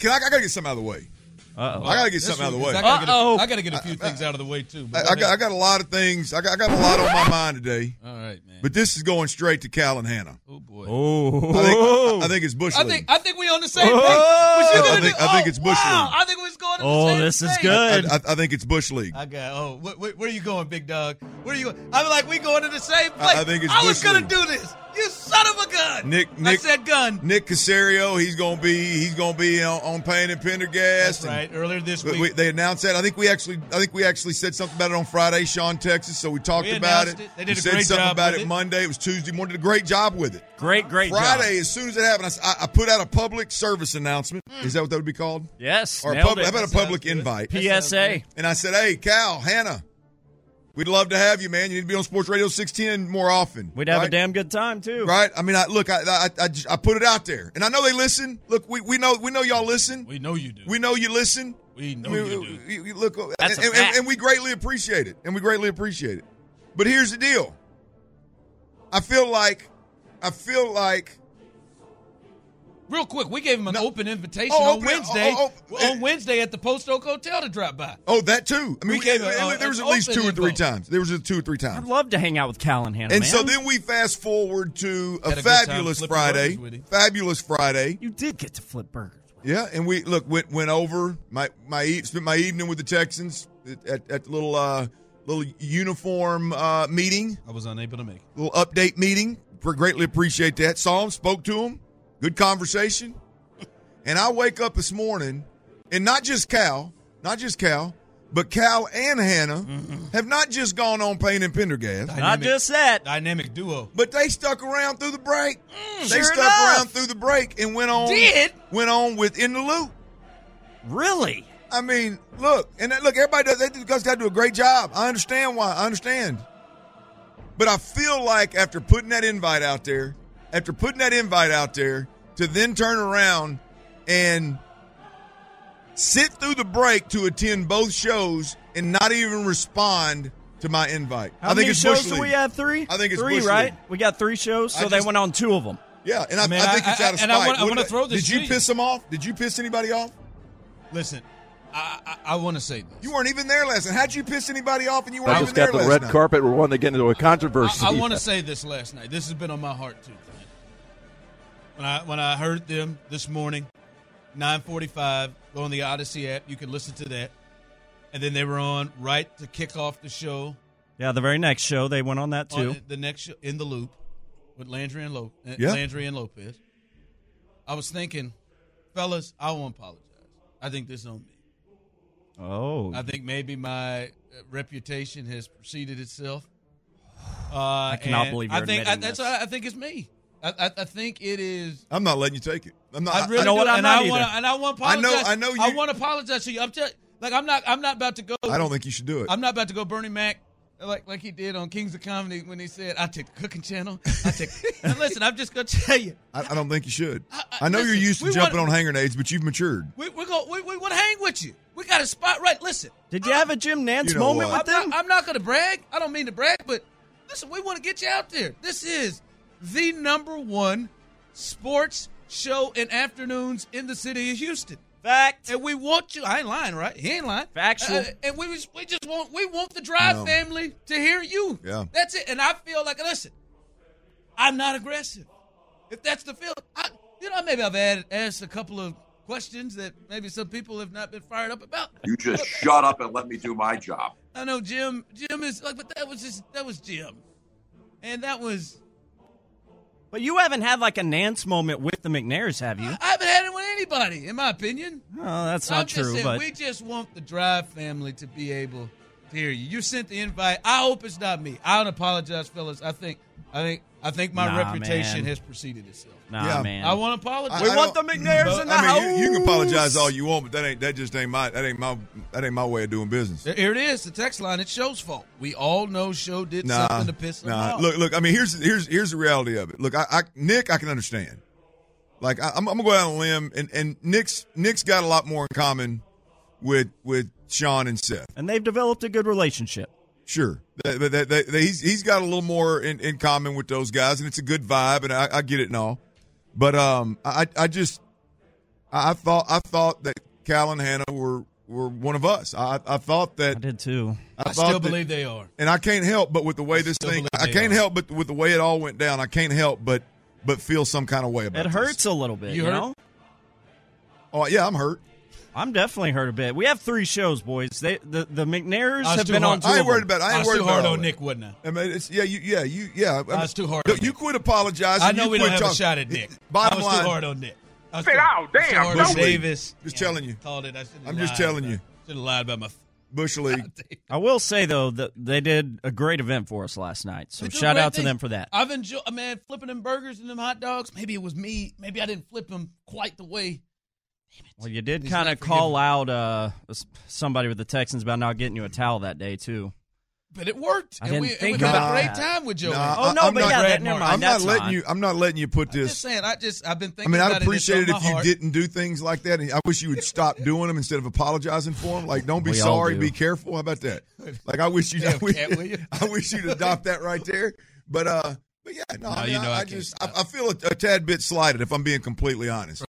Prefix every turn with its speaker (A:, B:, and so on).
A: Can I, I gotta get something out of the way.
B: Uh-oh.
A: I gotta get something out of the way.
C: I gotta, get
B: Uh-oh.
C: a, I gotta get a few things out of the way too.
A: I,
C: but-
A: I, got, I got a lot of things. I got, I got a lot on my mind today,
C: All right, man.
A: but this is going straight to Cal and Hannah.
C: oh boy.
B: Oh.
A: I think, I, I think it's Bush
C: I
A: League.
C: think I think we on the same page.
B: Oh.
C: What you
A: I
C: gonna
A: think-
C: do?
A: I think
C: Oh,
A: it's Bush
C: Wow,
A: League.
C: I think we was going. To
B: Oh,
C: the same
B: this is
C: page.
B: good.
A: I, I, I think it's Bush League.
C: I got. Oh, wh- wh- where are you going, big dog? Where are you? going? I'm like, we going to the same
A: I- I
C: place.
A: think it's
C: was
A: Bush
C: gonna
A: League.
C: do this. You son of a gun.
A: Nick-
C: I
A: Nick-
C: said gun.
A: Nick Casario, he's gonna be he's gonna be on, on Payne and Pendergast.
C: That's
A: and-
C: right. Earlier this
A: But
C: week,
A: we, they announced that. I think we actually, I think we actually said something about it on Friday, Sean, Texas. So we talked
C: We
A: about it.
C: announced it. They did
A: we
C: a
A: said
C: great
A: something
C: job
A: about
C: with
A: it,
C: it.
A: Monday. It was Tuesday morning. Did a great job with it.
B: Great, great
A: Friday,
B: job.
A: as soon as it happened, I s- I, I put out a public service announcement.
C: Hmm.
A: Is that what that would be called?
B: Yes.
A: Or a
B: nailed
A: public,
B: it.
A: how about a public
C: Sounds
A: invite?
C: good.
B: PSA.
A: And I said, "Hey, Cal, Hannah, we'd love to have you, man. You need to be on Sports Radio 610 more often.
B: We'd have
A: right?
B: a damn good time, too.
A: right. I mean, I look, I, I, I, just- I put it out there, and I know they listen. Look, we, we know we know y'all listen.
C: we know you do.
A: We know you listen.
C: We know
A: I mean,
C: you do.
A: you- you look,
B: That's a
A: and, and-
B: fact.
A: and we greatly appreciate it, and we greatly appreciate it. But here's the deal: I feel like, I feel like,
C: Real quick, we gave him an
A: No.
C: open invitation
A: Oh,
C: on
A: open it.
C: Wednesday.
A: Oh, oh, oh.
C: On Wednesday at the Post Oak Hotel to drop by.
A: oh, that too. I mean,
C: We
A: we
C: gave a-
A: there-
C: a-
A: there was
C: an
A: at least
C: open
A: two or three
C: info.
A: times. There was two or three
B: I'd
A: times.
B: love to hang out with Cal and Hannah,
A: And
B: man.
A: so then we fast forward to a
C: Had a good time
A: fabulous
C: flipping
A: Friday,
C: burgers with him.
A: fabulous Friday.
B: You did get to flip burgers.
A: Yeah, and we look went went over my my e- spent my evening with the Texans at at, at the little uh little uniform uh meeting.
C: I was unable to make. it.
A: little update meeting. We greatly appreciate that. Saw him, spoke to him, good conversation. And I wake up this morning, and not just Cal, not just Cal, but Cal and Hannah have not just gone on Payne and Pendergast,
B: Not
C: Dynamic-
B: just that.
C: Dynamic duo.
A: but they stuck around through the break. they
B: Mm, sure
A: stuck
B: enough.
A: around through the break and went on.
C: Did?
A: went on with in the loop.
B: Really?
A: I mean, look, and that, look, everybody does. They do- guys got to do a great job. I understand why. I understand. But I feel like after putting that invite out there, after putting that invite out there, to then turn around and sit through the break to attend both shows and not even respond to my invite.
B: How
A: I think
B: many
A: it's
B: shows
A: Bush
B: do we
A: League.
B: have? Three?
A: I think it's
B: three,
A: Bush
B: right?
A: League.
B: We got three shows, so
A: I
B: they
A: just-
B: went on two of them.
A: Yeah, and I,
C: I mean,
A: I
C: I-
A: think it's
C: I-
A: out of spite.
C: and I wanna-
A: What
C: I wanna
A: about-
C: throw this
A: Did you
C: to you.
A: piss them off? Did you piss anybody off?
C: Listen, I I, I want to say this.
A: You weren't even there last night. How'd you piss anybody off? And you weren't
D: I
A: even
D: just
A: there
D: got the
A: last
D: red
A: night?
D: carpet. We're wanting to get into a controversy.
C: I, I want to say this last night. This has been on my heart too. Clint. When I when I heard them this morning, nine forty five, go on the Odyssey app. You can listen to that. And then they were on right to kick off the show
B: Yeah, the very next show, they went on that, too.
C: on the next show in the loop with Landry and Lo- uh,
A: Yeah.
C: Landry and Lopez. I was thinking, fellas, I won't apologize. I think this is on me.
B: Oh.
C: I think maybe my uh, reputation has preceded itself. Uh, I
B: cannot believe you're
C: I think I,
B: admitting
C: that's
B: this.
C: why I think it's me. I, I, I think it is.
A: I'm not letting you take it. I'm not.
C: I really
B: know
C: do,
B: what? I'm
C: and
B: not
C: I want
B: either.
C: and I want to
A: I know-
C: apologize.
A: I know
C: I
A: you-
C: want to apologize to you. I'm tell, like I'm not. I'm not about to go.
A: I don't think you should do it.
C: I'm not about to go Bernie Mac like like he did on Kings of Comedy when he said, "I take the cooking channel." I take. and listen, I'm just gonna tell you.
A: I, I don't think you should. I,
C: I- I-
A: know you're
C: listen,
A: used to
C: we
A: jumping
C: want-
A: on hanger nades, but you've matured.
C: We we're gonna, we we want to hang with you. We got a spot right. Listen,
B: Did you have a Jim Nance
A: You know
B: moment
A: what?
B: with them?
C: I'm not, I'm not going to brag. I don't mean to brag, but listen, we want to get you out there. This is the number one sports show in afternoons in the city of Houston,
B: Fact.
C: and we want you. I ain't lying, right? He ain't lying.
B: Factual.
C: Uh, and we was, we just want we want the Drive
A: No.
C: family to hear you.
A: Yeah.
C: that's it. And I feel like listen, I'm not aggressive. If that's the feel, I, you know, maybe I've added, asked a couple of questions that maybe some people have not been fired up about.
E: You just shut up and let me do my job.
C: I know Jim. Jim is like, but that was just that was Jim, and that was
B: But you haven't had like a Nance moment with the McNairs, have you?
C: I haven't had it with anybody, in my opinion.
B: No, that's
C: I'm
B: not
C: just
B: true.
C: saying,
B: But
C: we just want the Drive family to be able to hear you. You sent the invite. I hope it's not me. I don't apologize, fellas. I think I think I think my
B: Nah,
C: reputation
B: man.
C: has preceded itself.
B: nah,
A: Yeah.
B: man.
C: I want to apologize.
A: We I want
B: the McNairs
A: But,
B: in the
A: I mean, you, you can
B: house.
A: apologize all you want, but that ain't that just ain't my that ain't my that ain't my way of doing business.
C: There- Here it is, the text line. It's show's fault. We all know show did something to piss them
A: nah.
C: off.
A: Look, look. I mean, here's here's here's the reality of it. Look, I, I Nick, I can understand. Like, I, I'm, I'm gonna go out on a limb, and and Nick's Nick's got a lot more in common with with Sean and Seth.
B: and they've developed a good relationship.
A: Sure, They- they- they- they- he's he's got a little more in, in common with those guys, and it's a good vibe, and I, I get it and all. But um, I I just I, I thought I thought that Cal and Hannah were were one of us. I I thought
B: I
A: that
B: did too.
A: I,
C: I
A: thought
C: still
A: that-
C: believe they are.
A: and I can't help but with the way this
C: still
A: thing I
C: believe they
A: can't
C: are.
A: help but with the way it all went down. I can't help but but feel some kind of way about
B: It
A: this.
B: hurts a little bit.
C: You
B: You,
C: hurt?
B: know,
A: Oh yeah, I'm hurt.
B: I'm definitely hurt a bit. We have three shows, boys. They the the McNairs
C: I was
B: have
C: too
B: been
C: hard-
B: on. Two
A: I
B: of
A: ain't worried
B: them.
A: about. it. I
C: I
A: ain't
C: was
A: worried
C: too
A: about
C: hard
A: all
C: on
A: that.
C: Nick, wasn't I?
A: I mean, it's, yeah, you, yeah, you, yeah. I mean,
C: was too hard
A: You,
C: on Nick.
A: quit apologizing.
C: I know
A: you
C: we
A: quit
C: don't have a
A: talking.
C: shot at Nick. I
A: Bottom
C: was
A: line,
C: too hard on Nick. I was
F: Said,
C: too-
F: "Oh,
C: I was too
F: damn,
C: hard on
A: Bush League.
C: Davis.
A: Just telling you.
C: Called it. I should've
A: I'm just
C: lied
A: telling
C: about-
A: you.
C: Should have lied about my.
A: Bush League.
B: I will say though that they did a great event for us last night. So
C: They do
B: shout
C: great
B: out to
C: things.
B: them for that.
C: I've enjoyed, man, flipping them burgers and them hot dogs. Maybe it was me. Maybe I didn't flip them quite the way.
B: Well, you did
C: He's
B: kind
C: not
B: of call out uh, s- somebody with the Texans about not getting you a towel that day too.
C: But it worked.
B: I
C: and we,
B: didn't
C: and
B: think
C: we
A: about
C: had a great
B: that.
C: time with Joey.
A: Nah,
B: Oh
A: I-
B: no,
A: I'm
B: but
A: not
B: yeah,
C: Brad
B: that, never
C: Martin.
B: mind.
A: I'm not
B: That's
A: letting
B: fine.
A: you. I'm not letting you put
C: I'm just
A: this.
C: saying. I just I've been
A: I
C: thinking.
A: mean, I'd
C: about it's on
A: appreciate it
C: my
A: if you
C: heart.
A: didn't do things like that. And I wish you would stop doing them instead of apologizing for them. Like, don't be
B: We all
A: sorry,
B: do.
A: be careful. How about that? Like, I wish you.
C: Damn,
A: I, wish,
C: cat, will you?
A: I wish you'd adopt that right there. But uh, but yeah, no,
C: No,
A: I, mean,
C: you know
A: I, I
C: I can't
A: just I,
C: stop.
A: I feel a, a tad bit slighted if I'm being completely honest.